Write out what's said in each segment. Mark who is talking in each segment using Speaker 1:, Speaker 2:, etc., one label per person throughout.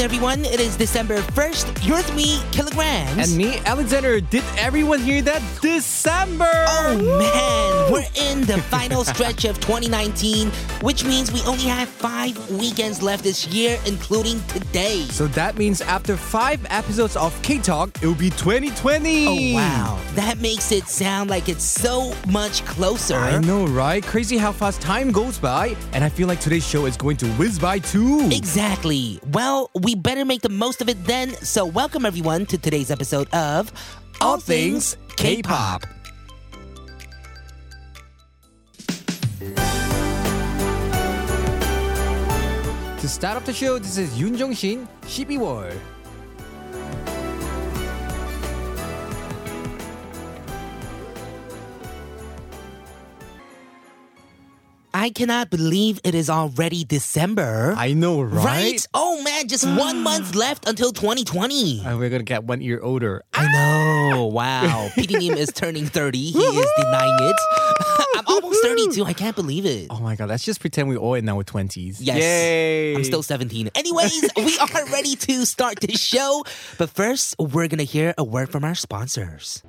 Speaker 1: everyone. It is December 1st. You're with me, Kilograms.
Speaker 2: And me, Alexander. Did everyone hear that? December.
Speaker 1: Oh man, we're in the final stretch of 2019, which means we only have five weekends left this year, including today.
Speaker 2: So that means after five episodes of K Talk, it will be
Speaker 1: Oh
Speaker 2: 2020.
Speaker 1: wow, that makes it sound like it's so much closer.
Speaker 2: I know, right? Crazy how fast time goes by, and I feel like today's show is going to whiz by too.
Speaker 1: Exactly. Well, we better make the most of it then. So, welcome everyone to today's episode of
Speaker 2: All Things K-pop. To start off the show, this is Yoon Jong Shin, 12월.
Speaker 1: I cannot believe it is already December.
Speaker 2: I know,
Speaker 1: right?
Speaker 2: right?
Speaker 1: Oh man, just one month left until 2020.
Speaker 2: And we're gonna get one year older.
Speaker 1: I know. Wow. PD님 is turning 30. He is denying it. I'm almost 32. I can't believe it.
Speaker 2: Oh my god, let's just pretend we're all in our 20s.
Speaker 1: Yes.
Speaker 2: Yay.
Speaker 1: I'm still 17. Anyways, we are ready to start this show. But first, we're going to hear a word from our sponsors.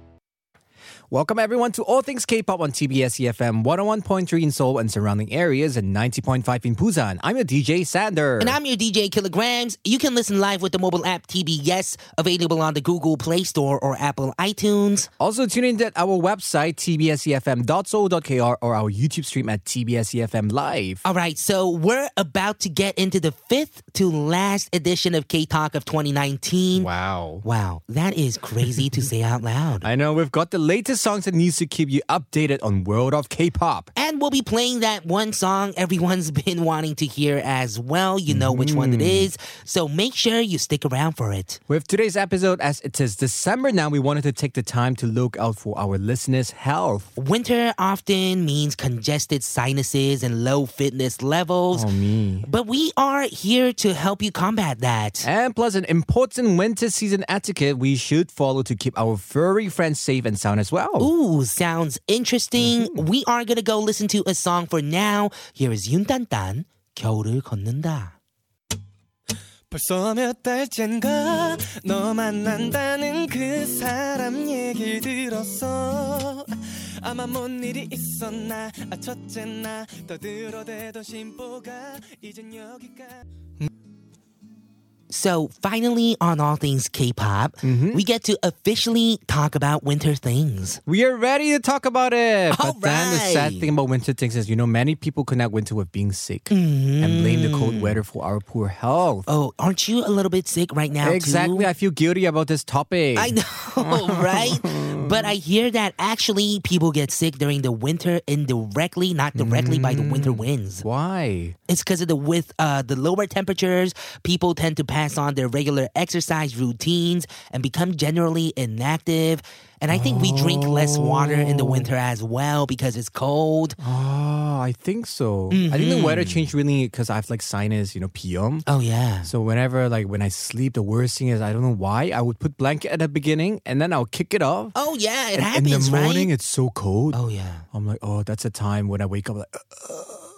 Speaker 2: Welcome everyone to All Things K-pop on TBS EFM 101.3 in Seoul and surrounding areas and 90.5 in Busan. I'm your DJ Sander.
Speaker 1: And I'm your DJ Kilograms. You can listen live with the mobile app TBS, available on the Google Play Store or Apple iTunes.
Speaker 2: Also, tune in at our website, E tbsefm.so.kr, or our YouTube stream at tbsefm E live.
Speaker 1: All right, so we're about to get into the fifth to last edition of K Talk of 2019.
Speaker 2: Wow.
Speaker 1: Wow, that is crazy to say out loud.
Speaker 2: I know we've got the latest songs and news to keep you updated on world of K-pop.
Speaker 1: And we'll be playing that one song everyone's been wanting to hear as well. You know which one it
Speaker 2: Mm.
Speaker 1: is. So make sure you stick around for it.
Speaker 2: With today's episode, as it is December now, we wanted to take the time to look out for our listeners' health.
Speaker 1: Winter often means congested sinuses and low fitness levels.
Speaker 2: Oh, me.
Speaker 1: But we are here to help you combat that.
Speaker 2: And plus, an important winter season etiquette we should follow to keep our furry friends safe and sound as well.
Speaker 1: Ooh, sounds interesting. We are gonna go listen to a song for now. Here is Yun Tan Tan, 겨울을 걷는다.
Speaker 3: 벌써 몇 달짼가 너 만난다는 그 사람 얘기 들었어 아마 뭔 일이 있었나 아 첫째 나 떠들어대던 심보가 이젠 여기까지
Speaker 1: So finally, on all things K-pop, we get to officially talk about winter things.
Speaker 2: We are ready to talk about it.
Speaker 1: All
Speaker 2: but then the sad
Speaker 1: right.
Speaker 2: thing about winter things is, you know, many people connect winter with being sick and blame the cold weather for our poor health.
Speaker 1: Mm-hmm. Oh, aren't you a little bit sick right now? too?
Speaker 2: exactly. I feel guilty about this topic.
Speaker 1: I know, right? But I hear that actually people get sick during the winter indirectly, not directly by the winter winds.
Speaker 2: Why?
Speaker 1: It's because of the with uh, the lower temperatures, people tend to pass on their regular exercise routines and become generally inactive. And I think we drink less water in the winter as well because it's cold.
Speaker 2: Oh, I think so. I think
Speaker 1: Mm-hmm.
Speaker 2: the weather changed really because I have like sinus, you know, PM.
Speaker 1: Oh yeah.
Speaker 2: So whenever like when I sleep, the worst thing is I don't know why I would put blanket at the beginning and then I'll kick it off.
Speaker 1: Oh yeah, it
Speaker 2: And
Speaker 1: happens,
Speaker 2: in the morning,
Speaker 1: right?
Speaker 2: it's so cold.
Speaker 1: Oh yeah.
Speaker 2: I'm like, oh, that's a time when I wake up like,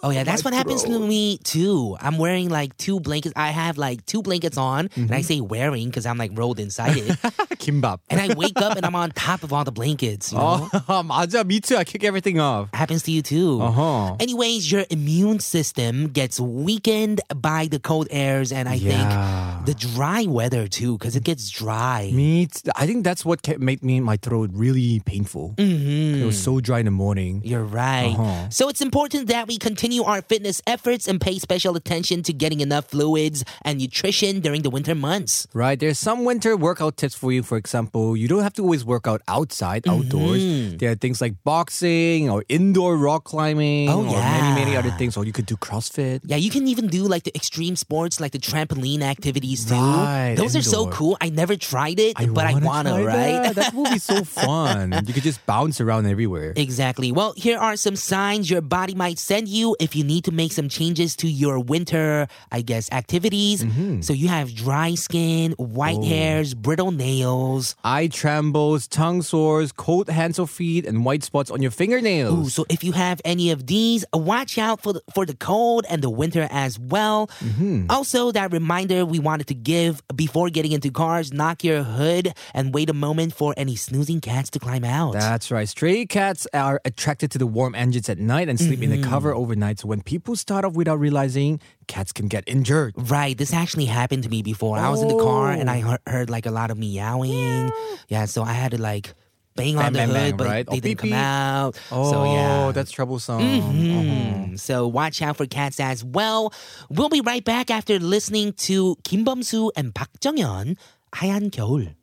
Speaker 1: Oh yeah, that's what happens to me too. I'm wearing like two blankets. I have like two blankets on, and I
Speaker 2: Mm-hmm.
Speaker 1: say wearing because I'm like rolled inside it.
Speaker 2: kimbap.
Speaker 1: and I wake up and I'm on top of all the blankets. You know?
Speaker 2: Oh, 맞아, me too. I kick everything off.
Speaker 1: Happens to you too.
Speaker 2: Uh huh.
Speaker 1: Anyways, your immune system gets weakened by the cold airs and I
Speaker 2: Yeah.
Speaker 1: think the dry weather too, because it gets dry.
Speaker 2: Me, t- I think that's what kept, made me my throat really painful. It
Speaker 1: Mm.
Speaker 2: was so dry in the morning.
Speaker 1: Mm-hmm. You're right.
Speaker 2: Uh-huh.
Speaker 1: So it's important that we continue our fitness efforts and pay special attention to getting enough fluids and nutrition during the winter months.
Speaker 2: Right, there's some winter workout tips for you. For example, you don't have to always work out outside, outdoors.
Speaker 1: Mm-hmm.
Speaker 2: There are things like boxing or indoor rock climbing
Speaker 1: Oh,
Speaker 2: or many, many
Speaker 1: yeah.
Speaker 2: other things. Or you could do CrossFit.
Speaker 1: Yeah, you can even do like the extreme sports, like the trampoline activities too.
Speaker 2: Right,
Speaker 1: Those are so
Speaker 2: indoor.
Speaker 1: cool. I never tried it, but I wanna,
Speaker 2: try
Speaker 1: right?
Speaker 2: That. that would be so fun. you could just bounce around everywhere.
Speaker 1: Exactly. Well, here are some signs your body might send you if you need to make some changes to your winter, I guess, activities. So you have dry skin, white hairs, brittle nails.
Speaker 2: Eye trembles, tongue sores, cold hands or feet, and white spots on your fingernails.
Speaker 1: Ooh, so if you have any of these, watch out for the, for the cold and the winter as well. Also, that reminder we wanted to give before getting into cars: knock your hood and wait a moment for any snoozing cats to climb out.
Speaker 2: That's right. Stray cats are attracted to the warm engines at night and sleep in the cover
Speaker 1: Mm-hmm.
Speaker 2: overnight. So when people start off without realizing, cats can get injured.
Speaker 1: Right, this actually happened to me before. I was in the car and
Speaker 2: Oh.
Speaker 1: I heard, heard like a lot of meowing. Yeah, so I had to like bang on
Speaker 2: Bang,
Speaker 1: the
Speaker 2: bang,
Speaker 1: hood,
Speaker 2: bang,
Speaker 1: but
Speaker 2: right?
Speaker 1: they
Speaker 2: Or
Speaker 1: didn't
Speaker 2: beep,
Speaker 1: come
Speaker 2: beep.
Speaker 1: out.
Speaker 2: Oh, mm-hmm.
Speaker 1: so yeah,
Speaker 2: that's troublesome.
Speaker 1: Mm, So watch out for cats as well. We'll be right back after listening to Kim Bumsu and Park Jonghyun, 하얀 겨울.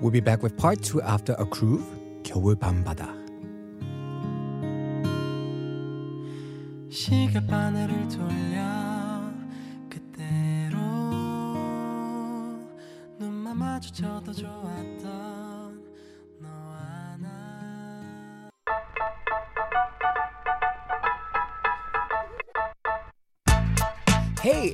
Speaker 2: We'll be back with part two after a groove. 겨울 밤바다.
Speaker 3: 시계 바늘을 돌려 그때로 눈만 마주쳐도 좋았던 너와 나
Speaker 2: Hey,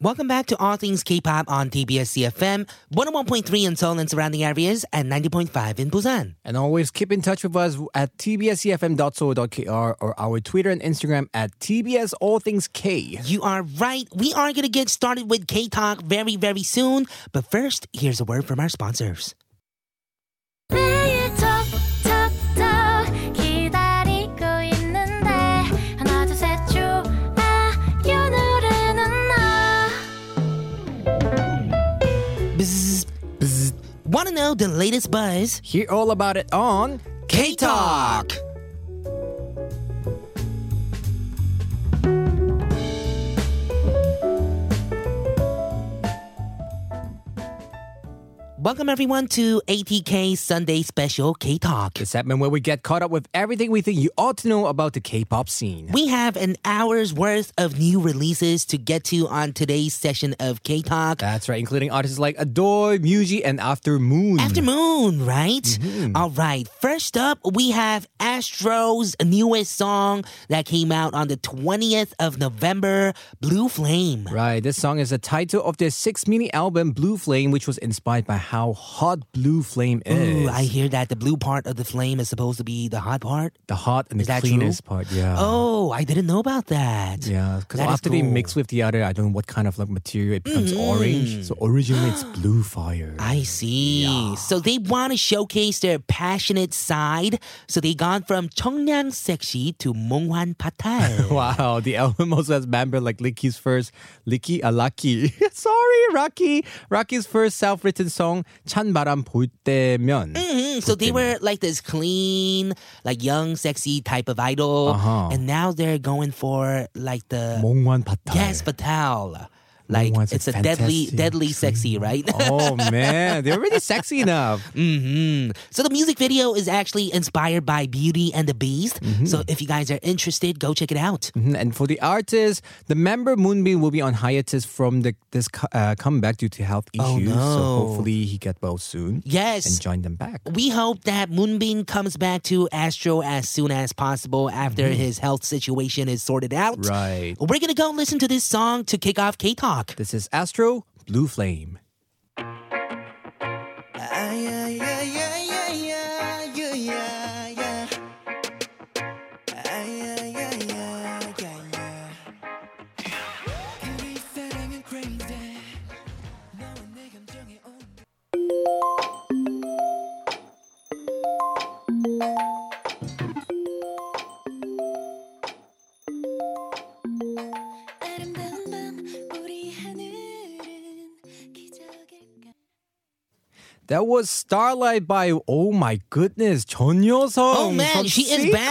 Speaker 1: Welcome back to All Things K-pop on TBS CFM, 101.3 in Seoul and surrounding areas, and 90.5 in Busan.
Speaker 2: And always keep in touch with us at E tbsefm.so.kr or our Twitter and Instagram at TBS All Things K.
Speaker 1: You are right. We are going to get started with K Talk very, very soon. But first, here's a word from our sponsors.
Speaker 4: 매일 톡톡톡 기다리고 있는데 하나 둘셋 좋아요 누르는 너
Speaker 1: Bzzz, bzzz. Want to know the latest buzz?
Speaker 2: Hear all about it on
Speaker 1: K Talk! Welcome, everyone, to ATK Sunday Special K Talk.
Speaker 2: the segment where we get caught up with everything we think you ought to know about the K-pop scene.
Speaker 1: We have an hour's worth of new releases to get to on today's session of K Talk.
Speaker 2: That's right, including artists like Adoy, Muji, and After Moon.
Speaker 1: After Moon, right?
Speaker 2: Mm-hmm.
Speaker 1: All right. First up, we have Astro's newest song that came out on the 20th of November, Blue Flame.
Speaker 2: Right, this song is the title of their six mini album Blue Flame, which was inspired by how hot Blue Flame is.
Speaker 1: Ooh, I hear that the blue part of the flame is supposed to be the hot part.
Speaker 2: the hot and
Speaker 1: Is
Speaker 2: the
Speaker 1: that
Speaker 2: cleanest
Speaker 1: true?
Speaker 2: part, yeah.
Speaker 1: Oh, I didn't know about that.
Speaker 2: Yeah, because
Speaker 1: That is
Speaker 2: after they
Speaker 1: cool. Mm-hmm.
Speaker 2: mix with the other, I don't know what kind of like material it becomes orange. So originally it's blue fire.
Speaker 1: I see. So they want to showcase their passionate side. So they gone from 청량 sexy to 몽환 파탈.
Speaker 2: Wow, the album also has member like Licky's first Licky Alaki. Sorry, Rocky. Rocky's first self-written song 찬바람 볼 때면.
Speaker 1: Mhm. So they were like this clean, like young, sexy type of idol,
Speaker 2: Uh-huh.
Speaker 1: and now they're going for like the
Speaker 2: 몽환 파탈.
Speaker 1: yes Patel. Like
Speaker 2: 몽환's a
Speaker 1: it's a deadly,
Speaker 2: fantastic
Speaker 1: deadly sexy, right?
Speaker 2: Oh man, they're really sexy enough.
Speaker 1: hmm So the music video is actually inspired by Beauty and the Beast.
Speaker 2: Mm-hmm.
Speaker 1: So if you guys are interested, go check it out.
Speaker 2: Mhm, And for the artist, the member Moonbin will be on hiatus from the, this co- uh, comeback due to health issues.
Speaker 1: Oh,
Speaker 2: So
Speaker 1: no.
Speaker 2: hopefully he get well soon.
Speaker 1: Yes.
Speaker 2: and join them back.
Speaker 1: we hope that Moonbin comes back to Astro as soon as possible after his health situation is sorted out.
Speaker 2: Mm-hmm. Right.
Speaker 1: We're gonna go listen to this song to kick off K Talk.
Speaker 2: This is Astro Blue Flame. Ah, Ah,
Speaker 4: 아름다운 밤 우리 하늘은 기적일까
Speaker 2: That was Starlight by Oh my goodness, 전 여성.
Speaker 1: Oh man,
Speaker 2: from
Speaker 1: she is
Speaker 2: Secret.
Speaker 1: back!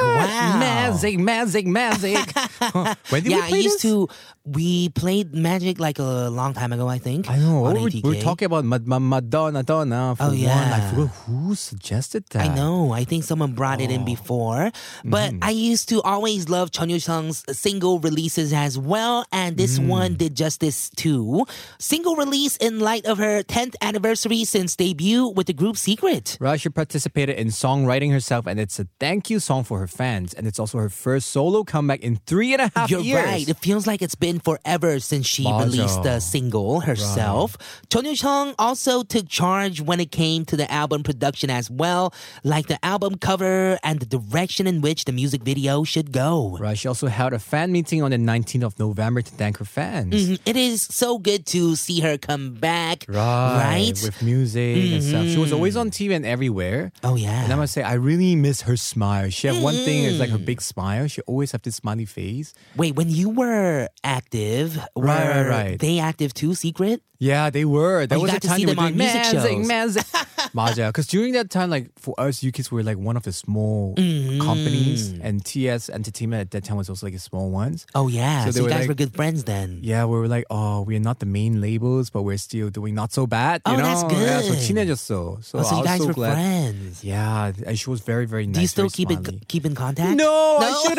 Speaker 1: Wow.
Speaker 2: Magic, magic, magic. Huh, when did
Speaker 1: yeah,
Speaker 2: we
Speaker 1: I
Speaker 2: play
Speaker 1: used
Speaker 2: this?
Speaker 1: to. We played Magic like a long time ago, I think.
Speaker 2: I know.
Speaker 1: on
Speaker 2: we were, we were
Speaker 1: ATK.
Speaker 2: talking about Mad- Mad- Madonna, Donna. For
Speaker 1: Oh,
Speaker 2: one. I
Speaker 1: yeah.
Speaker 2: forgot who suggested that.
Speaker 1: I know. I think someone brought
Speaker 2: Oh.
Speaker 1: it in before, but
Speaker 2: Mm-hmm.
Speaker 1: I used to always love Chun Yoo-sung's single releases as well, and this one
Speaker 2: Mm.
Speaker 1: did justice too. Single release in light of her 10th anniversary since debut with the group Secret.
Speaker 2: Rashi participated in songwriting herself, and it's a thank you song for her fans. And it's also her first solo comeback in three and a half
Speaker 1: You're
Speaker 2: years.
Speaker 1: right. It feels like it's been forever since she
Speaker 2: 맞아.
Speaker 1: released the single herself. Chun Yoo-sung also took charge when it came to the album production as well, like the album cover and the direction in which the music video should go.
Speaker 2: Rashi also held a fan meeting on the 19th of November to thank her fans.
Speaker 1: It is so good to see her come back.
Speaker 2: Right,
Speaker 1: Right? Mm-hmm.
Speaker 2: with music and stuff. She was always on TV and everywhere.
Speaker 1: Oh,
Speaker 2: And I
Speaker 1: yeah.
Speaker 2: must say, I really miss her smile. She had one thing is like
Speaker 1: Mm-hmm.
Speaker 2: her big smile. She always have this smiley face.
Speaker 1: Wait, when you were active, were
Speaker 2: Right, right, right.
Speaker 1: they active too, Secret?
Speaker 2: Yeah, they were. That
Speaker 1: Oh, you
Speaker 2: was
Speaker 1: got
Speaker 2: a
Speaker 1: to
Speaker 2: time
Speaker 1: see
Speaker 2: they were
Speaker 1: them on
Speaker 2: doing
Speaker 1: music shows.
Speaker 2: Manzik, Manzik. 맞아. Because during that time, like for us, you kids were like one of the small
Speaker 1: Mm.
Speaker 2: companies, and TS Entertainment at that time was also like a small ones.
Speaker 1: Oh, yeah.
Speaker 2: So
Speaker 1: So,
Speaker 2: they
Speaker 1: you
Speaker 2: were
Speaker 1: guys
Speaker 2: like-
Speaker 1: were good friends then.
Speaker 2: Yeah, we were like, oh, we're not the main labels, but we're still doing not so bad. You
Speaker 1: Oh,
Speaker 2: know?
Speaker 1: that's
Speaker 2: Yeah, so
Speaker 1: good.
Speaker 2: 친해졌어. So
Speaker 1: Oh, so
Speaker 2: I
Speaker 1: you
Speaker 2: was
Speaker 1: guys
Speaker 2: so
Speaker 1: were
Speaker 2: glad.
Speaker 1: friends.
Speaker 2: Yeah, and she was very, very nice.
Speaker 1: Do you still
Speaker 2: very
Speaker 1: keep
Speaker 2: smiley.
Speaker 1: in, keep in contact?
Speaker 2: No, I should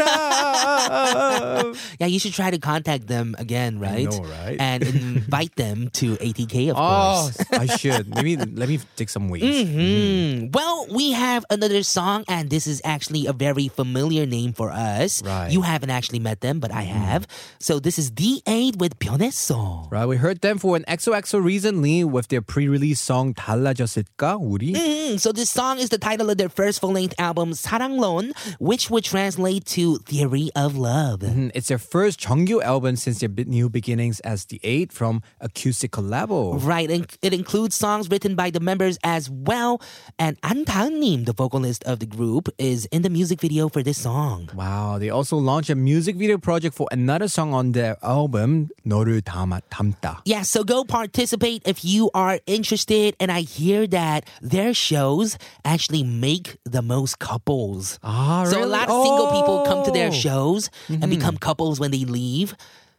Speaker 2: have.
Speaker 1: Yeah, you should try to contact them again, right?
Speaker 2: know, right?
Speaker 1: And invite them to ATK, of course.
Speaker 2: oh, I should. Maybe let me take some ways.
Speaker 1: Hmm.
Speaker 2: mm.
Speaker 1: Well, we have another song, and this is actually a very familiar name for us.
Speaker 2: Right. Mm-hmm.
Speaker 1: You haven't actually met them, but I have. So this is D8 with 변했어.
Speaker 2: Right, we heard them for an XOXO recently with their pre-release song 달라졌을까 우리.
Speaker 1: Hmm, So this song is the title of their first full-length album, 사랑론, which would translate to Theory of Love.
Speaker 2: Mm, It's their first 정규 album since their bi- new beginnings as the Eight from acoustical level.
Speaker 1: Right, and it includes songs written by the members as well. And An Nim, the vocalist of the group, is in the music video for this song.
Speaker 2: Wow, they also launched a music video project for another song on their album 너를 담아, 담다.
Speaker 1: Yeah, so go participate if you are interested. And I hear that their shows actually make the most couples.
Speaker 2: Ah,
Speaker 1: so
Speaker 2: really?
Speaker 1: a lot of single people come to their
Speaker 2: Oh.
Speaker 1: shows and become couples when they leave.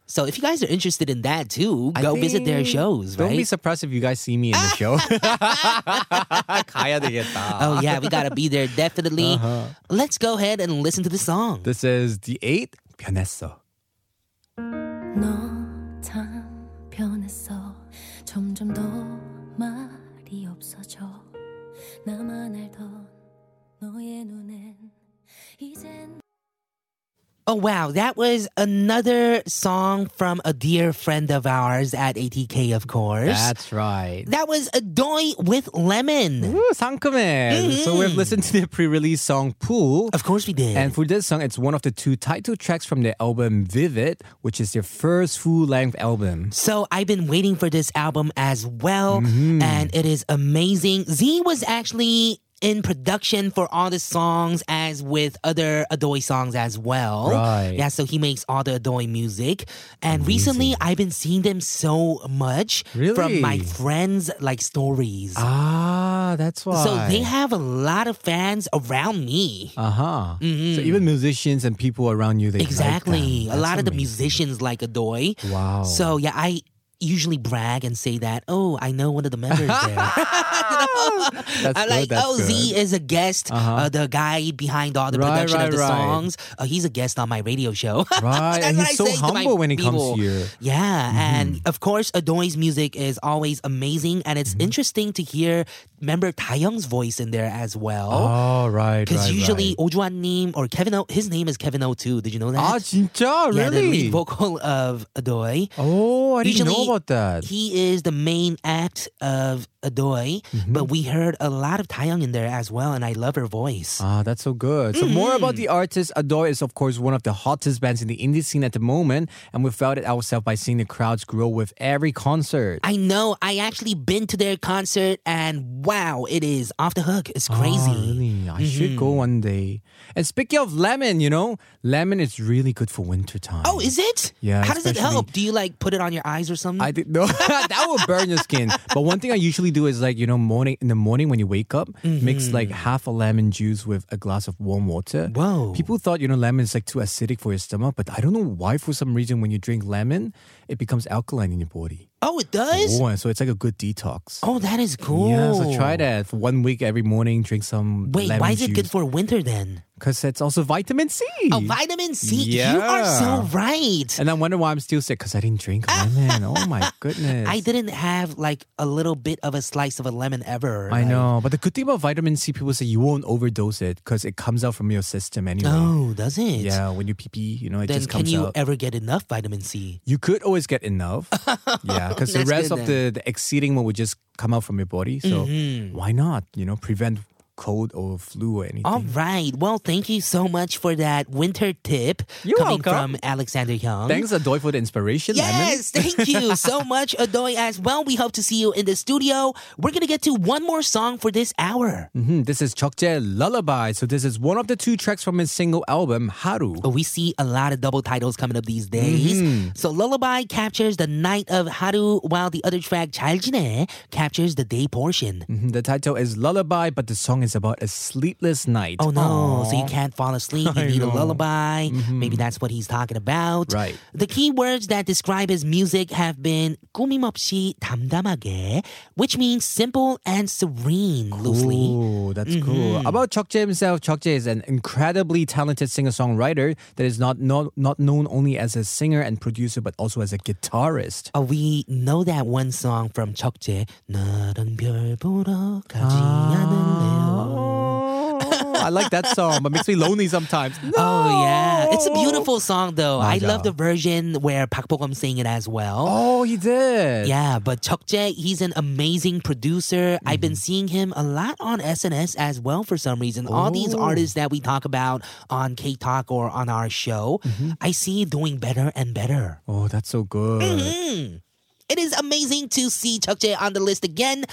Speaker 1: So if you guys are interested in that too,
Speaker 2: I
Speaker 1: go visit their
Speaker 2: think-
Speaker 1: shows,
Speaker 2: Don't be
Speaker 1: right?
Speaker 2: surprised if you guys see me in the show. 가야 되겠다.
Speaker 1: Oh yeah, we gotta be there definitely.
Speaker 2: Uh-huh.
Speaker 1: Let's go ahead and listen to the song.
Speaker 2: This is the Eight 변했어.
Speaker 4: 너 참 변했어 점점 더 말이 없어져 나만 알던 너의 눈엔 이젠
Speaker 1: Oh wow, that was another song from a dear friend of ours at ATK, of course.
Speaker 2: That's right.
Speaker 1: That was Adoy with Lemon.
Speaker 2: Ooh, 상큼해. So we've listened to their pre-release song Pool.
Speaker 1: Of course we did.
Speaker 2: And for this song, it's one of the two title tracks from their album Vivid, which is their first full-length album.
Speaker 1: so I've been waiting for this album as well,
Speaker 2: Mm-hmm.
Speaker 1: and it is amazing. Z was actually in production for all the songs, as with other Adoy songs as well.
Speaker 2: Right.
Speaker 1: Yeah, so he makes all the Adoy music. And recently, I've been seeing them so much
Speaker 2: Really?
Speaker 1: from my friends' like stories.
Speaker 2: Ah, that's why.
Speaker 1: So they have a lot of fans around me.
Speaker 2: Uh huh. So even musicians and people around you, they like
Speaker 1: Mm-hmm. Exactly.
Speaker 2: them.
Speaker 1: a
Speaker 2: That's
Speaker 1: lot of the
Speaker 2: amazing.
Speaker 1: musicians like Adoy.
Speaker 2: Wow.
Speaker 1: So yeah, I usually brag and say that, oh, I know one of the members there. You know?
Speaker 2: That's
Speaker 1: I'm
Speaker 2: good,
Speaker 1: like,
Speaker 2: that's
Speaker 1: oh, Z
Speaker 2: good. Uh-huh.
Speaker 1: is a guest, uh the guy behind all the
Speaker 2: Right,
Speaker 1: production
Speaker 2: right,
Speaker 1: of the
Speaker 2: right.
Speaker 1: songs. Uh, he's a guest on my radio show.
Speaker 2: Right,
Speaker 1: That's
Speaker 2: and
Speaker 1: what
Speaker 2: he's
Speaker 1: I
Speaker 2: so
Speaker 1: say to my
Speaker 2: humble when he
Speaker 1: people.
Speaker 2: comes here. Mm-hmm.
Speaker 1: Yeah, and of course, Adoy's music is always amazing, and it's interesting to hear member Taeyong's voice in there as well.
Speaker 2: Oh, right.
Speaker 1: Because
Speaker 2: right,
Speaker 1: usually
Speaker 2: right.
Speaker 1: Ojuan Nim or Kevin O, his name is Kevin O too. Did you know that?
Speaker 2: Ah, 진짜?
Speaker 1: Yeah, the
Speaker 2: Really?
Speaker 1: lead vocal of Adoy.
Speaker 2: oh, I didn't know
Speaker 1: Usually,
Speaker 2: about that.
Speaker 1: He is the main act of Adoy,
Speaker 2: Mm-hmm.
Speaker 1: but we heard a lot of Taeyong in there as well, and I love her voice.
Speaker 2: Ah, that's so good. So more
Speaker 1: Mm-hmm.
Speaker 2: about the artist. Adore is of course one of the hottest bands in the indie scene at the moment, and we felt it ourselves by seeing the crowds grow with every concert.
Speaker 1: I know. I actually been to their concert, and wow, it is off the hook. It's crazy. Mm-hmm.
Speaker 2: Ah, really? I should go one day. And speaking of lemon, you know, lemon is really good for winter time.
Speaker 1: Oh, is it?
Speaker 2: Yeah,
Speaker 1: How does it
Speaker 2: especially-
Speaker 1: help? Do you like put it on your eyes or something?
Speaker 2: I think no, that will burn your skin. But one thing I usually do is like you know morning in the morning when you wake up, mix
Speaker 1: Mm-hmm.
Speaker 2: like half a lemon juice with a glass of warm water.
Speaker 1: Whoa.
Speaker 2: People thought you know lemon is like too acidic for your stomach, but I don't know why for some reason when you drink lemon, it becomes alkaline in your body.
Speaker 1: Oh, it does.
Speaker 2: Oh, and so it's like a good detox.
Speaker 1: Oh, that is cool.
Speaker 2: Yeah, so try that for one week every morning. Drink some
Speaker 1: Wait,
Speaker 2: lemon
Speaker 1: why is it good
Speaker 2: juice.
Speaker 1: for winter then?
Speaker 2: Because it's also vitamin C.
Speaker 1: Oh, vitamin C. You are so
Speaker 2: Yeah.
Speaker 1: right.
Speaker 2: and I wonder why I'm still sick because I didn't drink lemon. oh my goodness.
Speaker 1: I didn't have like a little bit of a slice of a lemon ever.
Speaker 2: I
Speaker 1: like-
Speaker 2: know, but the good thing about vitamin C, people say you won't overdose it because it comes out from your system anyway.
Speaker 1: Oh, does it?
Speaker 2: Yeah, when you pee pee, you know, it
Speaker 1: Then
Speaker 2: just
Speaker 1: can
Speaker 2: comes
Speaker 1: you
Speaker 2: out.
Speaker 1: ever get enough vitamin C?
Speaker 2: you could always get enough. yeah, because the
Speaker 1: That's
Speaker 2: rest
Speaker 1: good
Speaker 2: of the, the exceeding one would just come out from your body. So
Speaker 1: Mm-hmm.
Speaker 2: why not, you know, prevent cold or flu or anything?
Speaker 1: All right. Well, thank you so much for that winter tip
Speaker 2: You're
Speaker 1: coming
Speaker 2: welcome.
Speaker 1: from Alexander Young.
Speaker 2: Thanks, Adoy, for the inspiration. Lemon.
Speaker 1: Yes, thank you so much, Adoy, as well. We hope to see you in the studio. We're going to get to one more song for this hour.
Speaker 2: hmm This is Chokje Lullaby. So this is one of the two tracks from his single album, Haru.
Speaker 1: But we see a lot of double titles coming up these days.
Speaker 2: Mm-hmm.
Speaker 1: So Lullaby captures the night of Haru, while the other track, 잘 지내, captures the day portion.
Speaker 2: Mhm, The title is Lullaby, but the song is about a sleepless night.
Speaker 1: Oh no,
Speaker 2: Aw.
Speaker 1: so you can't fall asleep, you
Speaker 2: I
Speaker 1: need a
Speaker 2: know. Mm-hmm.
Speaker 1: lullaby. Maybe that's what he's talking about.
Speaker 2: Right.
Speaker 1: The key words that describe his music have been 꾸밈없이 담담하게, which means simple and serene, loosely. Mm-hmm.
Speaker 2: Ooh, that's cool. About Chokje himself, Chokje is an incredibly talented singer-songwriter that is not, not not known only as a singer and producer, but also as a guitarist.
Speaker 1: Uh, we know that one song from 척제 나랑 별 보러 가지 않을래요
Speaker 2: Oh, I like that song, but makes me lonely sometimes.
Speaker 1: Oh
Speaker 2: No!
Speaker 1: yeah, it's a beautiful song though. I
Speaker 2: 맞아.
Speaker 1: love the version where Park Bogum sang it as well.
Speaker 2: Oh, he did.
Speaker 1: Yeah, but Chokje, he's an amazing producer. I've been
Speaker 2: Mm-hmm.
Speaker 1: seeing him a lot on SNS as well for some reason. All
Speaker 2: Oh.
Speaker 1: these artists that we talk about on K Talk or on our show,
Speaker 2: Mm-hmm.
Speaker 1: I see doing better and better.
Speaker 2: Oh, that's so good.
Speaker 1: Mm-hmm. It is amazing to see Chukje on the list again.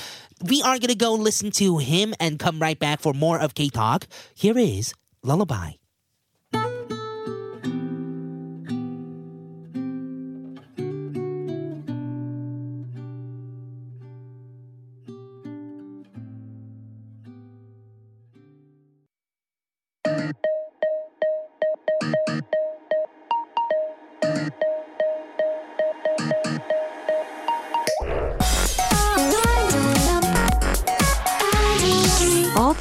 Speaker 1: We are going to go listen to him and come right back for more of K Talk. Here is Lullaby.
Speaker 5: All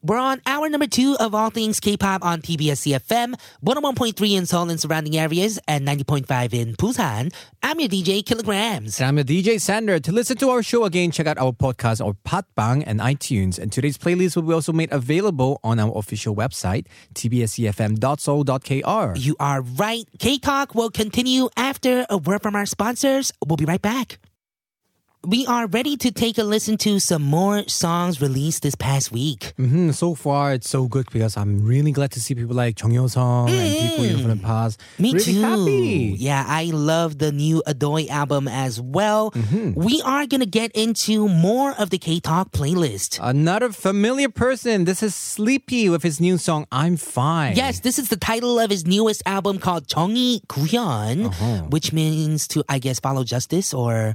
Speaker 1: We're on hour number two of all things K-pop on TBS CFM, 101.3 in Seoul and surrounding areas, and 90.5 in Busan. I'm your DJ, Kilograms.
Speaker 2: And I'm your DJ Sander. To listen to our show again, check out our podcast or Patbang and iTunes. And today's playlist will be also made available on our official website, tbscfm.soul.kr.
Speaker 1: You are right. K-Talk will continue after a word from our sponsors. We'll be right back. We are ready to take a listen to some more songs released this past week.
Speaker 2: hmm so far, it's so good because I'm really glad to see people like Chong Yo Song and people you know from the past.
Speaker 1: Mm-hmm. Me
Speaker 2: really
Speaker 1: too.
Speaker 2: happy.
Speaker 1: Yeah, I love the new Adoy album as well. We are going to get into more of the K Talk playlist.
Speaker 2: Another familiar person. This is Sleepy with his new song, I'm Fine.
Speaker 1: Yes, this is the title of his newest album called 정의 구현,
Speaker 2: Uh-huh.
Speaker 1: which means to, I guess, follow justice or